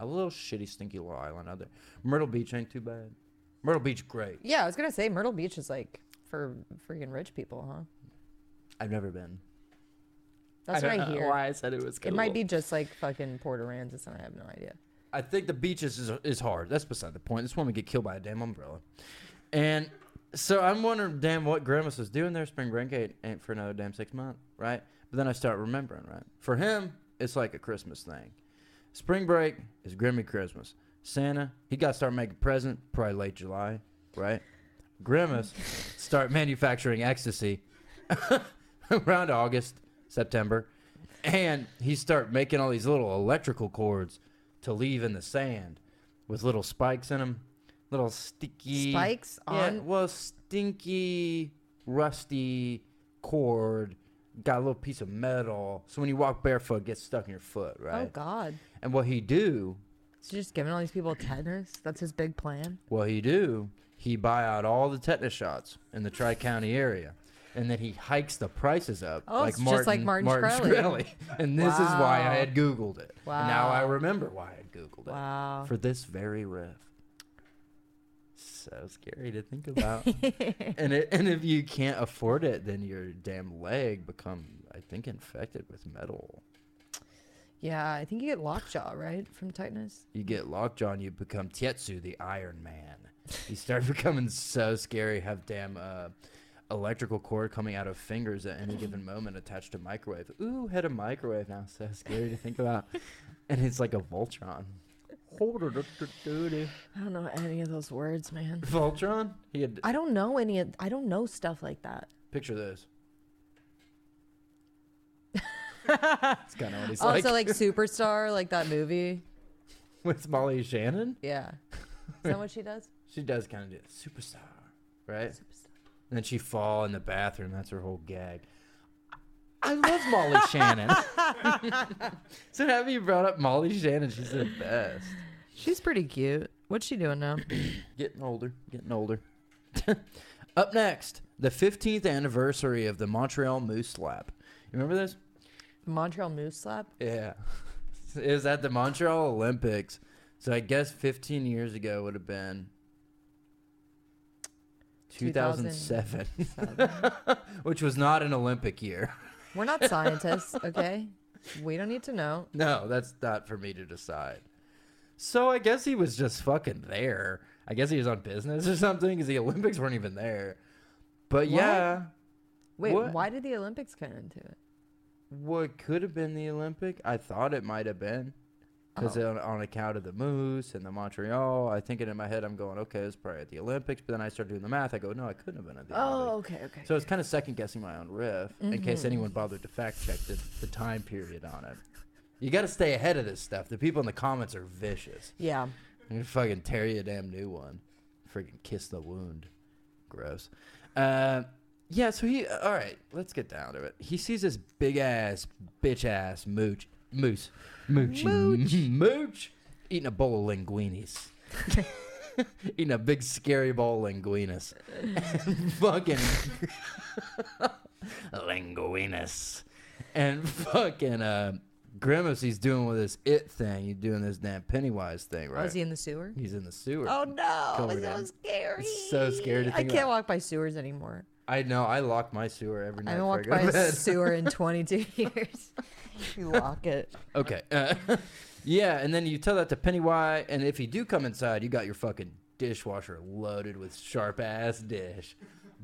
Speaker 1: A little shitty, stinky little island out there. Myrtle Beach ain't too bad. Myrtle Beach, great.
Speaker 2: Yeah, I was gonna say Myrtle Beach is like for freaking rich people, huh?
Speaker 1: I've never been.
Speaker 2: That's what I hear.
Speaker 4: Why I said it was cool.
Speaker 2: It might be just like fucking Port Aransas, and I have no idea.
Speaker 1: I think the beaches is, is hard. That's beside the point. This woman get killed by a damn umbrella. And so I'm wondering, damn, what Grimace was doing there. Spring break ain't, ain't for another damn six months, right? But then I start remembering, right? For him, it's like a Christmas thing. Spring break is Grimmy Christmas. Santa, he got to start making present probably late July, right? Grimace start manufacturing ecstasy around August, September, and he start making all these little electrical cords to leave in the sand with little spikes in them, little sticky
Speaker 2: Spikes
Speaker 1: Yeah,
Speaker 2: on-
Speaker 1: well, stinky, rusty cord got a little piece of metal, so when you walk barefoot, it gets stuck in your foot, right?
Speaker 2: Oh God,
Speaker 1: And what he do
Speaker 2: he's just giving all these people tetanus. That's his big plan.
Speaker 1: Well, he do. He buy out all the tetanus shots in the Tri County area, and then he hikes the prices up.
Speaker 2: Oh, it's just like Martin Shkreli.
Speaker 1: And this is why I
Speaker 2: Wow.
Speaker 1: had Googled it. And now I
Speaker 2: Wow.
Speaker 1: remember why I had Googled it
Speaker 2: Wow.
Speaker 1: for this very riff. So scary to think about. and it, and if you can't afford it, then your damn leg become, I think, infected with metal.
Speaker 2: Yeah, I think you get lockjaw right from tetanus.
Speaker 1: You get lockjaw and you become Tietsu, the Iron Man. You start becoming so scary, have damn uh, electrical cord coming out of fingers at any given moment attached to microwave. Ooh, had a microwave now. So scary to think about. And it's like a Voltron.
Speaker 2: I don't know any of those words, man.
Speaker 1: Voltron? He had
Speaker 2: I don't know any. Of, I don't know stuff like that.
Speaker 1: picture this. That's kind of what he's like.
Speaker 2: also, Oh, like Superstar, like that movie.
Speaker 1: with Molly Shannon.
Speaker 2: Yeah, is that what she does?
Speaker 1: She does kind of do superstar, right? And then she fall in the bathroom. That's her whole gag. I love Molly Shannon. so happy you brought up Molly Shannon. She's the best.
Speaker 2: She's pretty cute. What's she doing now?
Speaker 1: Getting older, getting older. up next, the 15th anniversary of the Montreal Moose Slap. You remember this?
Speaker 2: Montreal Moose Slap.
Speaker 1: Yeah. It was at the Montreal Olympics. So I guess 15 years ago would have been 2007, which was not an Olympic year.
Speaker 2: Um, We're not scientists, okay? We don't need to know.
Speaker 1: No, that's not for me to decide. So I guess he was just fucking there. I guess he was on business or something because the Olympics weren't even there. But
Speaker 2: What?
Speaker 1: yeah,
Speaker 2: Wait,
Speaker 1: What?
Speaker 2: why did the Olympics come into it?
Speaker 1: what could have been the Olympic? I thought it might have been because on, on account of the moose and the Montreal. I think it in my head. I'm going, okay, it's probably at the Olympics. But then I start doing the math. I go, no, I couldn't have been at the Olympics.
Speaker 2: Oh, okay, okay.
Speaker 1: So it's kind of second guessing my own riff in case anyone bothered to fact check the, the time period on it. You got to stay ahead of this stuff. The people in the comments are vicious.
Speaker 2: yeah.
Speaker 1: I'm gonna fucking tear you a damn new one. Freaking kiss the wound. Gross. Uh, yeah, so he. uh, All right, let's get down to it. He sees this big ass, bitch ass mooch, moose, mooch, mooch, mooch, eating a bowl of linguinis. eating a big scary bowl of linguinis. fucking linguinis. And fucking uh, Grimace, he's doing with this it thing. He's doing this damn Pennywise thing, right?
Speaker 2: Oh, is he in the sewer?
Speaker 1: He's in the sewer.
Speaker 2: Oh no!
Speaker 1: Covered
Speaker 2: It's so
Speaker 1: in.
Speaker 2: scary.
Speaker 1: It's so scary to
Speaker 2: I
Speaker 1: think
Speaker 2: can't
Speaker 1: about.
Speaker 2: walk by sewers anymore.
Speaker 1: I know. I lock my sewer every
Speaker 2: I
Speaker 1: night.
Speaker 2: haven't
Speaker 1: before I
Speaker 2: walked
Speaker 1: go
Speaker 2: by
Speaker 1: to
Speaker 2: a
Speaker 1: bed.
Speaker 2: sewer in 22 years. you lock it.
Speaker 1: Okay. Uh, yeah, and then you tell that to Pennywise, and if you do come inside, you got your fucking dishwasher loaded with sharp ass dish.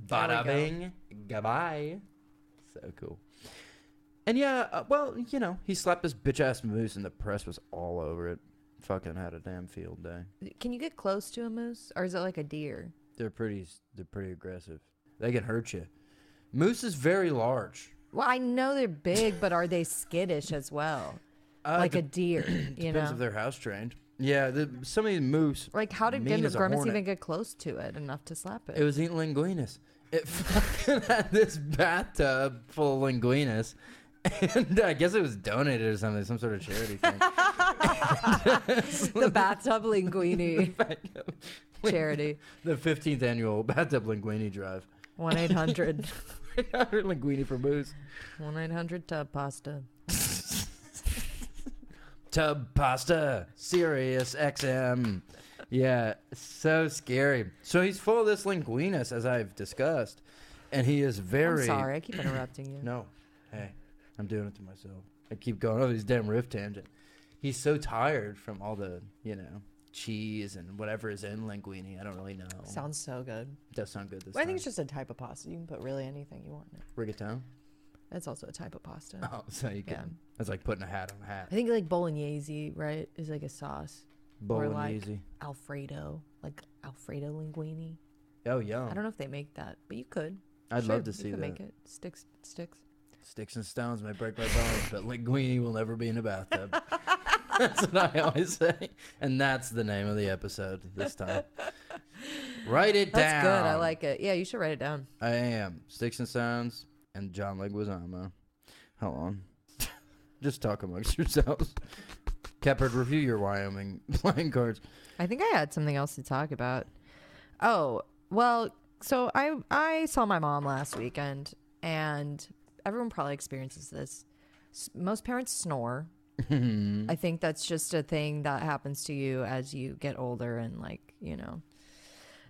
Speaker 1: Bada
Speaker 2: go.
Speaker 1: bing, goodbye. So cool. And yeah, uh, well, you know, he slapped this bitch ass moose, and the press was all over it. Fucking had a damn field day.
Speaker 2: Can you get close to a moose, or is it like a deer?
Speaker 1: They're pretty. They're pretty aggressive. They can hurt you. Moose is very large.
Speaker 2: Well, I know they're big, but are they skittish as well?
Speaker 1: Uh,
Speaker 2: like
Speaker 1: de-
Speaker 2: a deer, you
Speaker 1: depends
Speaker 2: know.
Speaker 1: if they're house trained. Yeah, the, some of these moose
Speaker 2: Like, how did
Speaker 1: mean
Speaker 2: Grim-
Speaker 1: as a
Speaker 2: Grimace
Speaker 1: hornet.
Speaker 2: even get close to it enough to slap
Speaker 1: It
Speaker 2: it?
Speaker 1: was eating linguinis. It fucking had this bathtub full of linguinas. And I guess it was donated or something, some sort of charity thing.
Speaker 2: the bathtub linguini charity.
Speaker 1: the 15th annual bathtub linguini drive.
Speaker 2: 1 800
Speaker 1: linguini for booze.
Speaker 2: 1 800 tub pasta.
Speaker 1: Tub pasta. Sirius XM. Yeah, so scary. So he's full of this linguinus, as I've discussed, and he is very.
Speaker 2: I'm sorry, I keep interrupting you.
Speaker 1: No, hey, I'm doing it to myself. I keep going over these damn riff tangent. He's so tired from all the, you know, cheese and whatever is in linguini. I don't really know.
Speaker 2: Sounds so good.
Speaker 1: does sound good. This
Speaker 2: Well, I
Speaker 1: time.
Speaker 2: think it's just a type of pasta. You can put really anything you want in it.
Speaker 1: rigatone.
Speaker 2: That's also a type of pasta.
Speaker 1: Oh, so you can.
Speaker 2: Yeah.
Speaker 1: That's like putting a hat on a hat.
Speaker 2: I think like bolognese, right, is like a sauce. or like-
Speaker 1: Bolognese.
Speaker 2: Alfredo, like Alfredo linguine.
Speaker 1: oh, yum.
Speaker 2: I don't know if they make that, but you could.
Speaker 1: I'd
Speaker 2: Sure,
Speaker 1: love to
Speaker 2: you
Speaker 1: see
Speaker 2: could
Speaker 1: that.
Speaker 2: Make it sticks, sticks.
Speaker 1: Sticks and stones may break my bones, but linguini will never be in a bathtub. that's what I always say. And that's the name of the episode this time. Write it down.
Speaker 2: That's good. I like it. Yeah, you should write it down.
Speaker 1: I am. Sticks and stones and John Leguizamo. Hold on. Just talk amongst yourselves. Kepherd, review your Wyoming playing cards.
Speaker 2: I think I had something else to talk about. Oh, well, so I I saw my mom last weekend and everyone probably experiences this. S- Most parents snore. I think that's just a thing that happens to you as you get older and like, you know.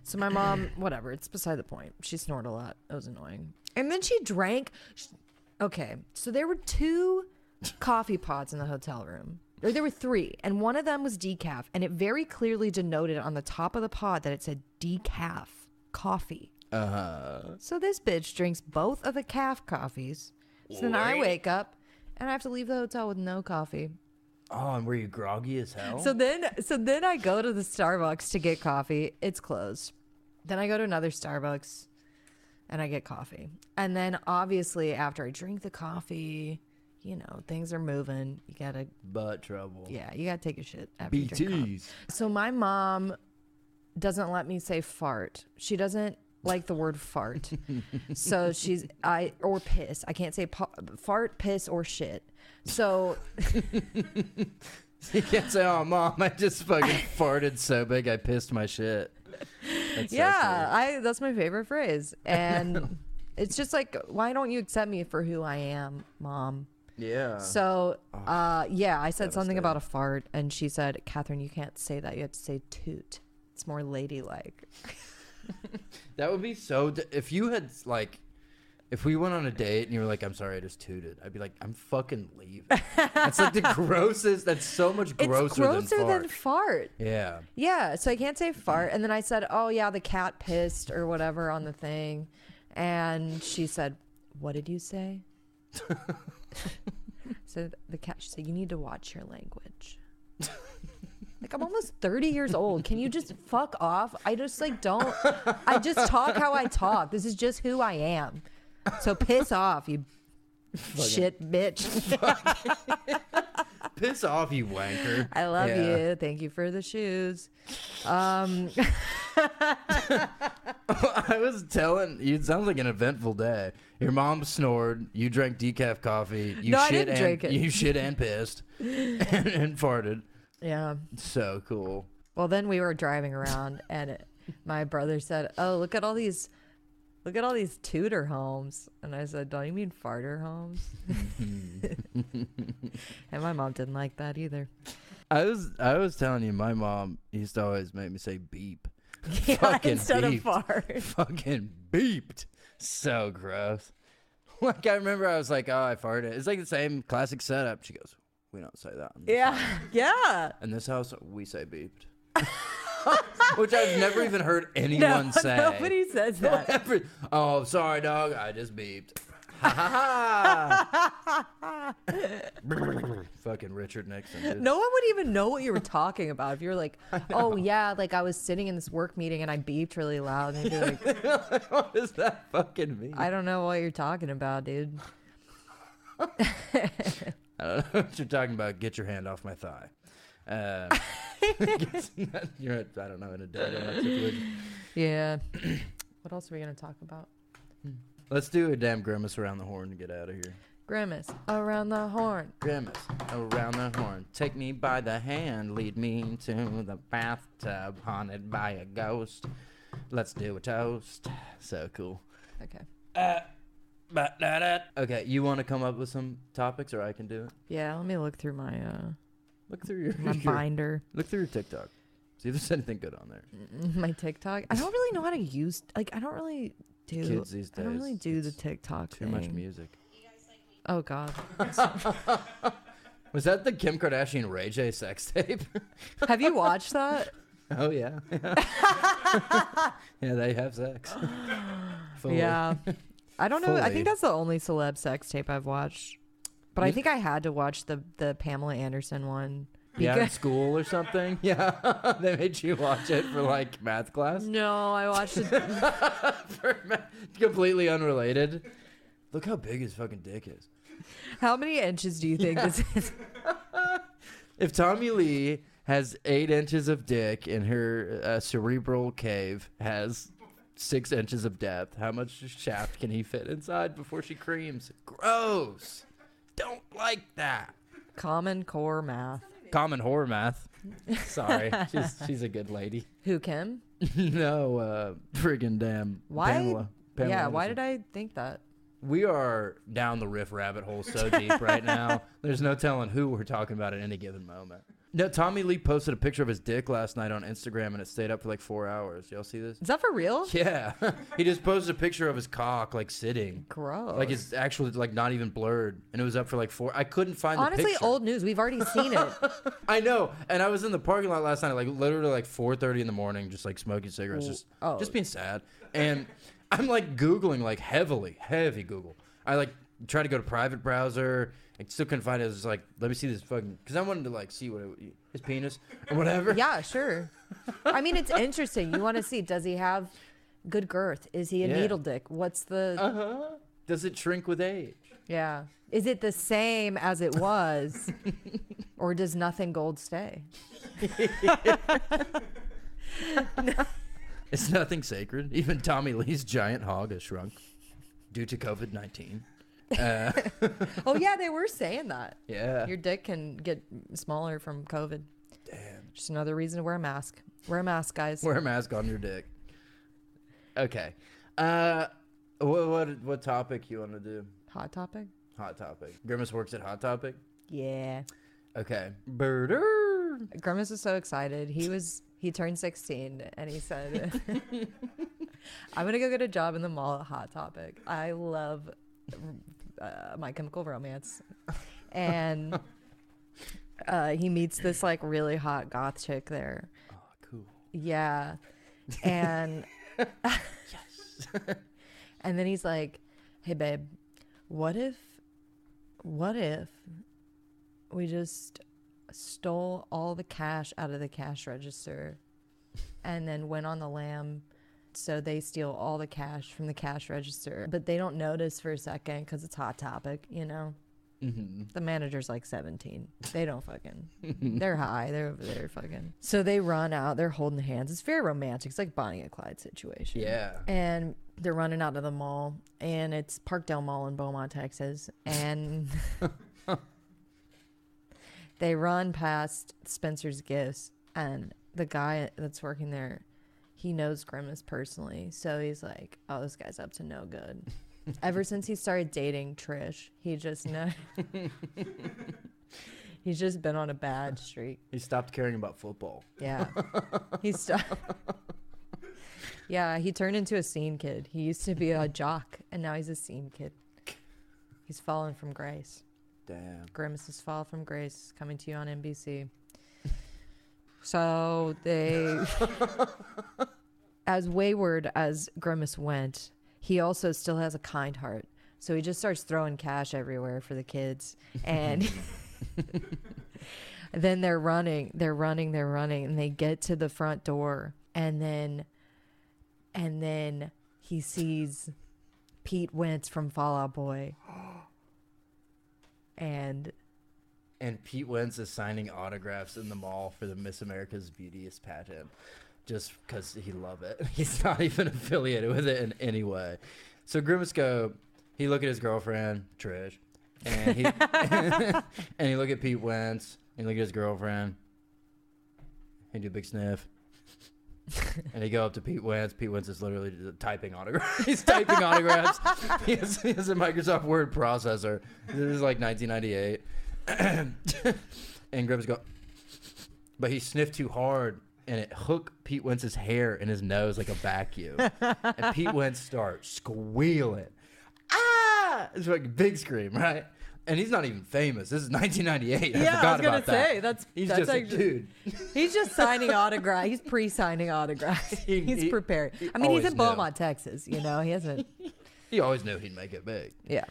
Speaker 2: So my mom, whatever, it's beside the point. She snored a lot. It was annoying. And then she drank sh Okay, so there were two coffee pods in the hotel room. Or there were three, and one of them was decaf, and it very clearly denoted on the top of the pod that it said decaf coffee.
Speaker 1: Uh,
Speaker 2: So this bitch drinks both of the calf coffees. So then I wake up and I have to leave the hotel with no coffee.
Speaker 1: oh, and were you groggy as hell?
Speaker 2: So then so then I go to the Starbucks to get coffee. It's closed. Then I go to another Starbucks and I get coffee. And then obviously after I drink the coffee, you know, things are moving. You gotta
Speaker 1: Butt trouble.
Speaker 2: yeah, you gotta take a shit after you drink coffee.
Speaker 1: BTs.
Speaker 2: So my mom doesn't let me say fart. She doesn't like the word fart. so she's I or piss. I can't say po- fart, piss, or shit. So
Speaker 1: You can't say, "Oh, mom, I just fucking farted so big I pissed my shit." That's so
Speaker 2: yeah, I that's my favorite phrase, and it's just like, why don't you accept me for who I am, mom?
Speaker 1: sweet. yeah.
Speaker 2: So,
Speaker 1: oh,
Speaker 2: uh, yeah, I said something about a fart, and she said, Catherine, you can't say that. You have to say toot. It's more ladylike.
Speaker 1: that would be so. D- if you had like, if we went on a date and you were like, "I'm sorry, I just tooted," I'd be like, "I'm fucking leaving." that's like the grossest. That's so much grosser,
Speaker 2: it's grosser
Speaker 1: than, fart.
Speaker 2: Than fart.
Speaker 1: yeah.
Speaker 2: Yeah, so I can't say fart. And then I said, "Oh yeah, the cat pissed or whatever on the thing," and she said, "What did you say?" so the cat. She said, "You need to watch your language." like I'm almost 30 years old. Can you just fuck off? I just like don't. I just talk how I talk. This is just who I am. So piss off, you shit bitch.
Speaker 1: Piss off, you wanker.
Speaker 2: I love
Speaker 1: Yeah.
Speaker 2: you. Thank you for the shoes. Um,
Speaker 1: I was telling you, it sounds like an eventful day. Your mom snored. You drank decaf coffee. You
Speaker 2: No, I
Speaker 1: shit
Speaker 2: didn't
Speaker 1: and,
Speaker 2: drink it.
Speaker 1: You shit and pissed, and, and farted.
Speaker 2: Yeah.
Speaker 1: So cool.
Speaker 2: Well, then we were driving around, and it, my brother said, "Oh, look at all these, look at all these Tudor homes." And I said, "Don't you mean farter homes?" and my mom didn't like that either.
Speaker 1: I was I was telling you, my mom used to always make me say beep.
Speaker 2: Yeah,
Speaker 1: Fucking
Speaker 2: instead
Speaker 1: beeped.
Speaker 2: of fart.
Speaker 1: Fucking beeped. So gross. Like I remember I was like, oh, I farted. It's like the same classic setup. She goes, we don't say that. in this house."
Speaker 2: Yeah, yeah.
Speaker 1: In this house, we say beeped. Which I've never even heard anyone
Speaker 2: No,
Speaker 1: say.
Speaker 2: nobody says that.
Speaker 1: Every- oh, sorry, dog. I just beeped. Ha ha ha. Fucking Richard Nixon. Dude.
Speaker 2: No one would even know what you were talking about if you were like, "Oh yeah, like I was sitting in this work meeting and I beeped really loud." And they'd be like,
Speaker 1: what does that fucking mean?
Speaker 2: "I don't know what you're talking about, dude."
Speaker 1: I don't know what you're talking about. Get your hand off my thigh. Uh, you're at, I don't know in a dead end situation.
Speaker 2: Yeah. what else are we gonna talk about?
Speaker 1: Let's do a damn grimace around the horn to get out of here.
Speaker 2: Grimace around the horn.
Speaker 1: Grimace around the horn. Take me by the hand, lead me to the bathtub haunted by a ghost. Let's do a toast. So cool.
Speaker 2: Okay.
Speaker 1: Ba-da-da. Okay, you want to come up with some topics, or I can do it.
Speaker 2: Yeah, let me look through my uh
Speaker 1: Look through your,
Speaker 2: my
Speaker 1: your
Speaker 2: binder.
Speaker 1: look through your TikTok. See if there's anything good on there.
Speaker 2: My TikTok. I don't really know how to use. Like, I don't really do.
Speaker 1: Kids these
Speaker 2: I don't really
Speaker 1: days,
Speaker 2: do the
Speaker 1: it's
Speaker 2: TikTok
Speaker 1: Too much
Speaker 2: thing.
Speaker 1: music.
Speaker 2: Oh God.
Speaker 1: Was that the Kim Kardashian Ray J sex tape?
Speaker 2: Have you watched that?
Speaker 1: oh yeah. yeah, they have sex. Fully.
Speaker 2: Yeah. I don't know. I
Speaker 1: Fully.
Speaker 2: think that's the only celeb sex tape I've watched. But I
Speaker 1: You-
Speaker 2: think I had to watch the the Pamela Anderson one.
Speaker 1: Yeah, in
Speaker 2: because-
Speaker 1: school or something. Yeah, they made you watch it for like math class.
Speaker 2: No, I watched it.
Speaker 1: For ma- completely unrelated. Look how big his fucking dick is.
Speaker 2: How many inches do you think this is?
Speaker 1: If Tommy Lee has eight inches of dick and her uh, cerebral cave has six inches of depth, how much shaft can he fit inside before she creams? Gross. Don't like that.
Speaker 2: Common core math.
Speaker 1: Common horror math. Sorry, she's she's a good lady.
Speaker 2: Who Kim?
Speaker 1: no, uh, friggin' damn.
Speaker 2: Why?
Speaker 1: Pamela. Pamela
Speaker 2: yeah. Why
Speaker 1: Anderson.
Speaker 2: did I think that?
Speaker 1: We are down the riff rabbit hole so deep right now. There's no telling who we're talking about at any given moment. No, Tommy Lee posted a picture of his dick last night on Instagram and it stayed up for like four hours. Y'all see this?
Speaker 2: Is that for real?
Speaker 1: Yeah. he just posted a picture of his cock like sitting.
Speaker 2: Gross.
Speaker 1: Like it's actually like not even blurred. And it was up for like four I couldn't find the
Speaker 2: Honestly,
Speaker 1: picture.
Speaker 2: old news. We've already seen it.
Speaker 1: I know. And I was in the parking lot last night, like literally like four thirty in the morning, just like smoking cigarettes, just
Speaker 2: Oh.
Speaker 1: just being sad. And I'm like googling like heavily, heavy Google. I like tried to go to private browser. I still couldn't find it. I was just like, let me see this fucking because I wanted to like see what it, his penis or whatever.
Speaker 2: Yeah, sure. I mean, it's interesting. You want to see does he have good girth? Is he a
Speaker 1: Yeah.
Speaker 2: needle dick? What's the
Speaker 1: Uh huh. Does it shrink with age?
Speaker 2: yeah? Is it the same as it was, or does nothing gold stay?
Speaker 1: It's nothing sacred. Even Tommy Lee's giant hog has shrunk due to COVID nineteen. Uh,
Speaker 2: Oh yeah, they were saying that
Speaker 1: Yeah.
Speaker 2: your dick can get smaller from COVID. Damn. Just another reason to wear a mask. Wear a mask, guys.
Speaker 1: Wear a mask on your dick. Okay. Uh, what what what topic you want to do?
Speaker 2: Hot topic.
Speaker 1: Hot topic. Grimace works at Hot Topic.
Speaker 2: Yeah.
Speaker 1: Okay. Birder.
Speaker 2: Grimace was so excited. He was he turned 16 and he said I'm going to go get a job in the mall at Hot Topic. I love uh, My Chemical Romance. And uh, he meets this like really hot goth chick there.
Speaker 1: Oh, cool.
Speaker 2: Yeah. And and then he's like, "Hey babe, what if what if we just stole all the cash out of the cash register and then went on the lam so they steal all the cash from the cash register, but they don't notice for a second cuz it's hot topic, you know." The manager's like 17. They don't fucking. They're high. They're over there fucking. So they run out. They're holding hands. It's very romantic. It's like Bonnie and Clyde situation.
Speaker 1: Yeah.
Speaker 2: And they're running out of the mall, and it's Parkdale Mall in Beaumont, Texas, and they run past Spencer's Gifts, and the guy that's working there, he knows Grimace personally, so he's like, "Oh, this guy's up to no good." Ever since he started dating Trish, he just know he's just been on a bad streak.
Speaker 1: He stopped caring about football.
Speaker 2: Yeah. He st- Yeah, he turned into a scene kid. He used to be a jock and now he's a scene kid. He's fallen from grace.
Speaker 1: Damn.
Speaker 2: Grimace's Fall from Grace coming to you on NBC. So they as wayward as Grimace went, he also still has a kind heart. So he just starts throwing cash everywhere for the kids and then they're running, they're running, they're running, and they get to the front door, and then, and then he sees Pete Wentz from Fall Out Boy, and
Speaker 1: And Pete Wentz is signing autographs in the mall for the Miss America's Beautiest pageant, just because he love it. He's not even affiliated with it in any way. So Grimace go. He look at his girlfriend Trish, and he and he look at Pete Wentz, and he look at his girlfriend. He do a big sniff. and he go up to Pete Wentz. Pete Wentz is literally just typing autographs. He's typing autographs. He has, he has a Microsoft Word processor. This is like 1998. and Gribbs go, but he sniffed too hard, and it hooked Pete Wentz's hair in his nose like a vacuum. and Pete Wentz starts squealing. Ah! It's like a big scream, right? And he's not even famous. This is 1998. I
Speaker 3: Yeah, I
Speaker 1: forgot
Speaker 3: was gonna
Speaker 1: about that.
Speaker 3: say, that's-
Speaker 1: he's
Speaker 3: that's
Speaker 1: just a
Speaker 3: actually-
Speaker 1: dude.
Speaker 2: He's just signing autographs. He's pre-signing autographs.
Speaker 1: He-
Speaker 2: he's
Speaker 1: he-
Speaker 2: prepared.
Speaker 1: he
Speaker 2: I mean, he's
Speaker 1: always
Speaker 2: in
Speaker 1: knew.
Speaker 2: Beaumont, Texas. You know, he hasn't.
Speaker 1: He always knew he'd make it big.
Speaker 2: Yeah.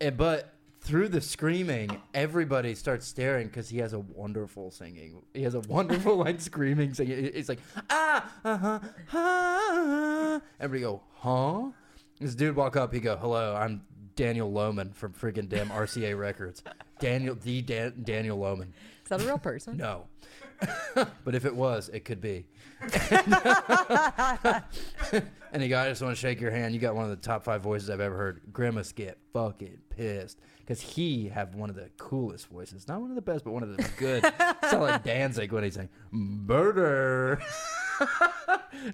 Speaker 1: And, but through the screaming, everybody starts staring because he has a wonderful singing. He has a wonderful like screaming singing. It- It's like ah uh huh ah. Everybody go huh. This dude walk up. He go hello. I'm Daniel Loman from freaking damn RCA Records. Daniel the Dan- Daniel Loman.
Speaker 2: Is that a real person?
Speaker 1: No. but if it was, it could be. and he go, I just want to shake your hand. You got one of the top five voices I've ever heard. Grimace get fucking pissed because he have one of the coolest voices. Not one of the best, but one of the good. it's not like Danzig when he's saying, murder.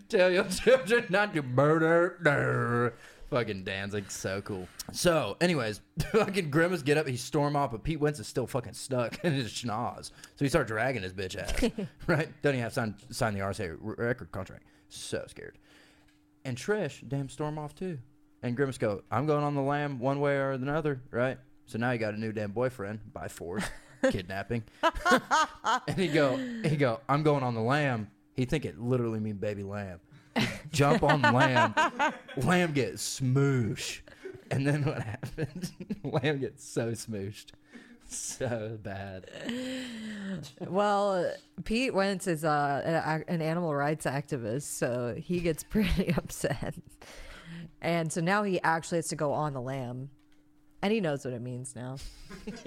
Speaker 1: Tell your children not to murder. No. Fucking Danzig's so cool. So, anyways, fucking Grimace get up, he storm off, but Pete Wentz is still fucking stuck in his schnoz. So he starts dragging his bitch ass, right? Doesn't even have to sign, sign the RSA record contract. So scared. And Trish, damn, storm off too. And Grimace go, I'm going on the lam one way or another, right? So now you got a new damn boyfriend by force, kidnapping. and he go, he go, I'm going on the lamb. He think it literally mean baby lamb. Jump on lamb. Lamb gets smooshed. And then what happened? lamb gets so smooshed. So bad.
Speaker 2: Well, Pete Wentz is uh, a- an animal rights activist, so he gets pretty upset. And so now he actually has to go on the lamb. And he knows what it means now.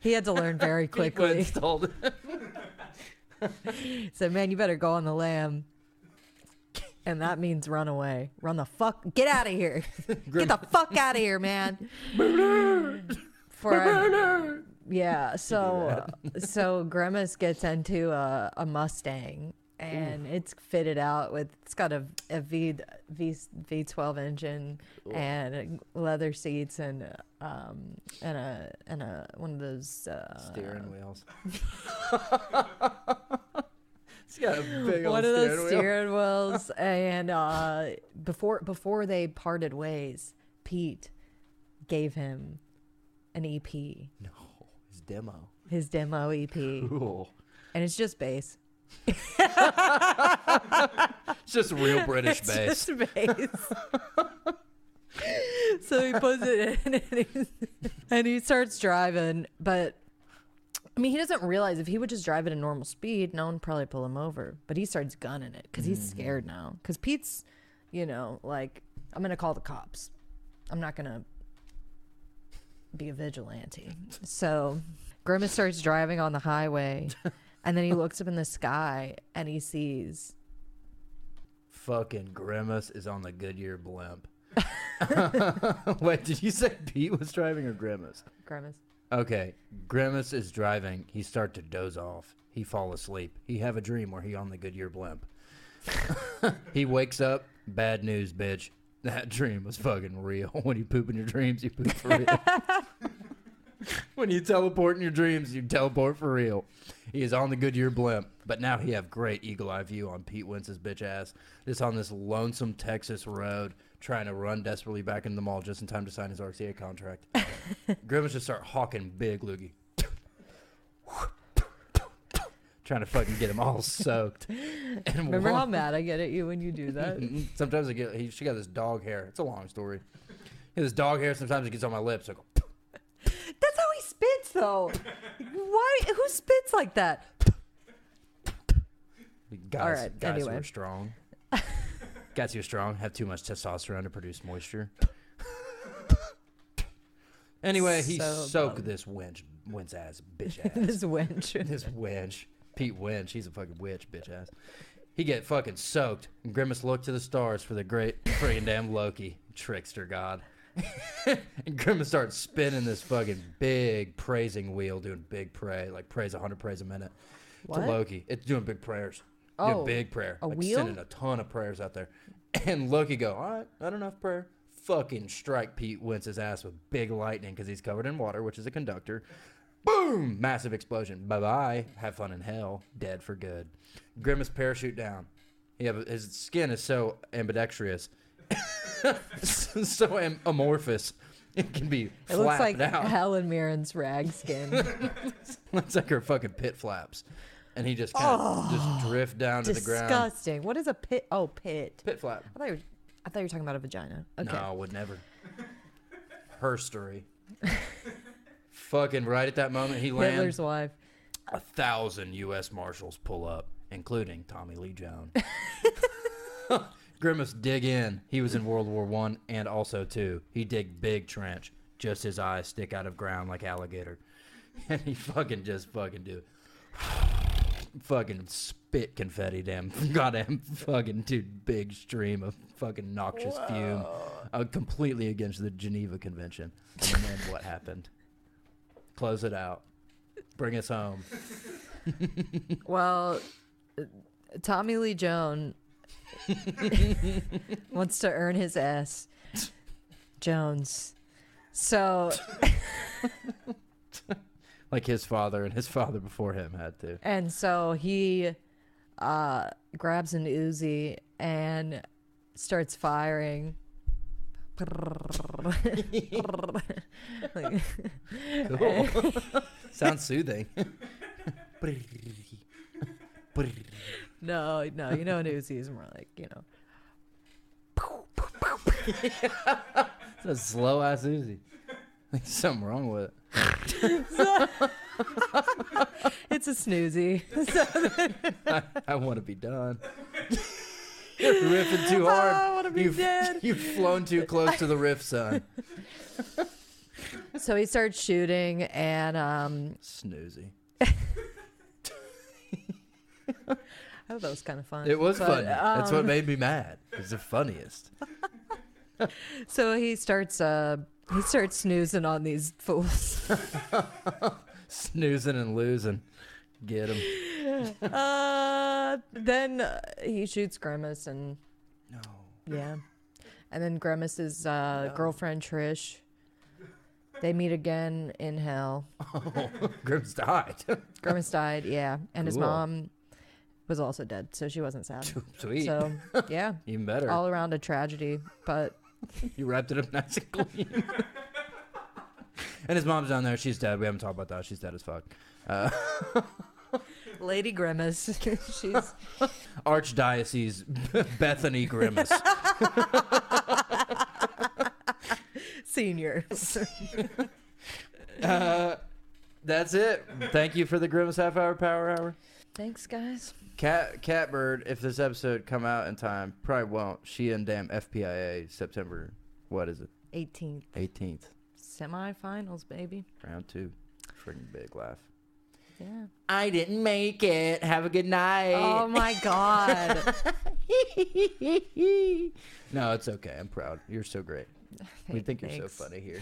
Speaker 2: he had to learn very quickly.
Speaker 1: Wentz told-
Speaker 2: He said, Man, you better go on the lamb. And that means run away. Run the fuck. Get out of here. Get the fuck out of here, man. For a- yeah, so so Grimace gets into a, a Mustang and it's fitted out with it's got a, a V V V twelve engine and leather seats and um and a and a one of those uh,
Speaker 1: steering wheels. it's got a big old
Speaker 2: one of
Speaker 1: steering
Speaker 2: those
Speaker 1: wheel.
Speaker 2: steering wheels and uh before before they parted ways, Pete gave him an EP,
Speaker 1: No, his demo.
Speaker 2: his demo EP.
Speaker 1: Cool.
Speaker 2: and it's just bass.
Speaker 1: It's just real British
Speaker 2: It's
Speaker 1: bass.
Speaker 2: just bass. so he puts it in and, he's, and he starts driving, but I mean, he doesn't realize if he would just drive at a normal speed, no one would probably pull him over. But he starts gunning it because he's scared now. Because Pete's, you know, like, I'm going to call the cops. I'm not going to be a vigilante. So Grimace starts driving on the highway. And then he looks up in the sky and he sees
Speaker 1: Fucking Grimace is on the Goodyear blimp. Wait, did you say Pete was driving or Grimace?
Speaker 2: Grimace.
Speaker 1: Okay, Grimace is driving. He start to doze off. He fall asleep. He have a dream where he on the Goodyear blimp. he wakes up. Bad news, bitch. That dream was fucking real. When you poop in your dreams, you poop for real. when you teleport in your dreams, you teleport for real. He is on the Goodyear blimp, but now he have great eagle eye view on Pete Wentz's bitch ass. Just on this lonesome Texas road, trying to run desperately back into the mall just in time to sign his RCA contract. Grimace just start hawking big loogie. Trying to fucking get him all soaked. And
Speaker 2: Remember how
Speaker 1: walk-
Speaker 2: mad I get at you when you do that?
Speaker 1: sometimes I get he, she got this dog hair. It's a long story. He has this dog hair. Sometimes it gets on my lips. I go,
Speaker 2: That's how he spits, though. Why? Who spits like that?
Speaker 1: guys,
Speaker 2: All right,
Speaker 1: guys who
Speaker 2: anyway.
Speaker 1: are strong. guys who are strong have too much testosterone to produce moisture. anyway, he
Speaker 2: So
Speaker 1: soaked
Speaker 2: dumb.
Speaker 1: this wench, wench ass, bitch ass.
Speaker 2: This wench.
Speaker 1: this wench, Pete Winch, he's a fucking witch, bitch ass. He get fucking soaked. And Grimace looked to the stars for the great friggin' damn Loki, trickster god. and Grimace starts spinning this fucking big praising wheel, doing big pray, like praise hundred praise a minute to
Speaker 2: What?
Speaker 1: Loki. It's doing big prayers.
Speaker 2: Oh,
Speaker 1: doing big prayer.
Speaker 2: a
Speaker 1: like
Speaker 2: wheel?
Speaker 1: sending a ton of prayers out there. And Loki go, all right, not enough prayer. Fucking strike Pete Wentz's ass with big lightning because he's covered in water, which is a conductor. Boom! Massive explosion. Bye bye. Have fun in hell. Dead for good. Grimace parachute down. Yeah, but his skin is so ambidextrous, so am- amorphous. It can be
Speaker 2: It looks
Speaker 1: flapped
Speaker 2: like
Speaker 1: out.
Speaker 2: Helen Mirren's rag skin.
Speaker 1: Looks like her fucking pit flaps, and he just kind
Speaker 2: Oh,
Speaker 1: of just drift down to the ground.
Speaker 2: Disgusting. What is a pit? Oh, pit.
Speaker 1: Pit flap.
Speaker 2: I thought you were, I thought you were talking about a vagina. Okay.
Speaker 1: No, I would never. Her story. Fucking right at that moment he
Speaker 2: Hitler's
Speaker 1: lands,
Speaker 2: wife.
Speaker 1: a thousand U.S. Marshals pull up, including Tommy Lee Jones. Grimace dig in. He was in World War One and also two. He dig big trench. Just his eyes stick out of ground like alligator, and he fucking just fucking do it. fucking spit confetti damn goddamn fucking dude big stream of fucking noxious fume uh, completely against the geneva convention and then what happened close it out bring us home
Speaker 2: Well, uh, Tommy Lee Jones wants to earn his S. Jones. So,
Speaker 1: like his father and his father before him had to
Speaker 2: and so he uh, grabs an Uzi and starts firing. Like-
Speaker 1: cool sounds soothing
Speaker 2: No, no, you know an Uzi is more like you know.
Speaker 1: it's a slow ass Uzi. There's something wrong with it
Speaker 2: It's a snoozy.
Speaker 1: I want to be done. You're riffing too hard.
Speaker 2: Ah, I wanna be
Speaker 1: you've,
Speaker 2: dead.
Speaker 1: You've flown too close to the riff, son.
Speaker 2: so he starts shooting, and um,
Speaker 1: Snoozy.
Speaker 2: I thought that was kind of fun.
Speaker 1: It was
Speaker 2: But,
Speaker 1: funny. That's what
Speaker 2: um,
Speaker 1: made me mad. It's the funniest.
Speaker 2: So he starts, uh, he starts snoozing on these fools.
Speaker 1: Snoozing and losing. Get him.
Speaker 2: uh, then uh, he shoots Grimace, and
Speaker 1: No.
Speaker 2: yeah, and then Grimace's uh, girlfriend Trish. They meet again in hell.
Speaker 1: Grimm's died.
Speaker 2: Grimace died, yeah, and his
Speaker 1: Cool.
Speaker 2: mom was also dead, so she wasn't sad.
Speaker 1: Sweet.
Speaker 2: So yeah,
Speaker 1: Even better.
Speaker 2: all around a tragedy. But
Speaker 1: You wrapped it up nice and clean. and his mom's down there. She's dead. We haven't talked about that. She's dead as fuck. Uh,
Speaker 2: Lady Grimace, she's
Speaker 1: Archdiocese Bethany Grimace.
Speaker 2: senior.
Speaker 1: Uh, that's it. Thank you for the Grimace Half Hour Power Hour.
Speaker 2: Thanks, guys.
Speaker 1: Cat Catbird, if this episode come out in time, probably won't. She and damn FPIA September. What is it?
Speaker 2: 18th
Speaker 1: 18th,
Speaker 2: semifinals, baby.
Speaker 1: round two. Freaking big laugh.
Speaker 2: Yeah.
Speaker 1: I didn't make it. Have a good night.
Speaker 2: Oh my god.
Speaker 1: no, it's okay. I'm proud. You're so great. we think you're
Speaker 2: Thanks.
Speaker 1: so funny here.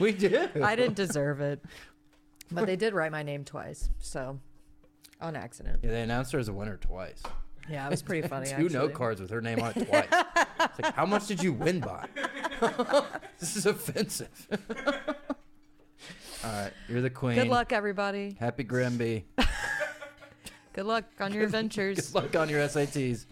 Speaker 1: we do.
Speaker 2: I didn't deserve it, but they did write my name twice, so on accident.
Speaker 1: Yeah, they announced her as a winner twice.
Speaker 2: Yeah, it was pretty funny.
Speaker 1: Two
Speaker 2: actually.
Speaker 1: note cards with her name on it twice. it's like, how much did you win by? this is offensive. All right, you're the queen.
Speaker 2: Good luck, everybody.
Speaker 1: Happy Grimby.
Speaker 2: Good luck on your adventures.
Speaker 1: Good luck on your SATs.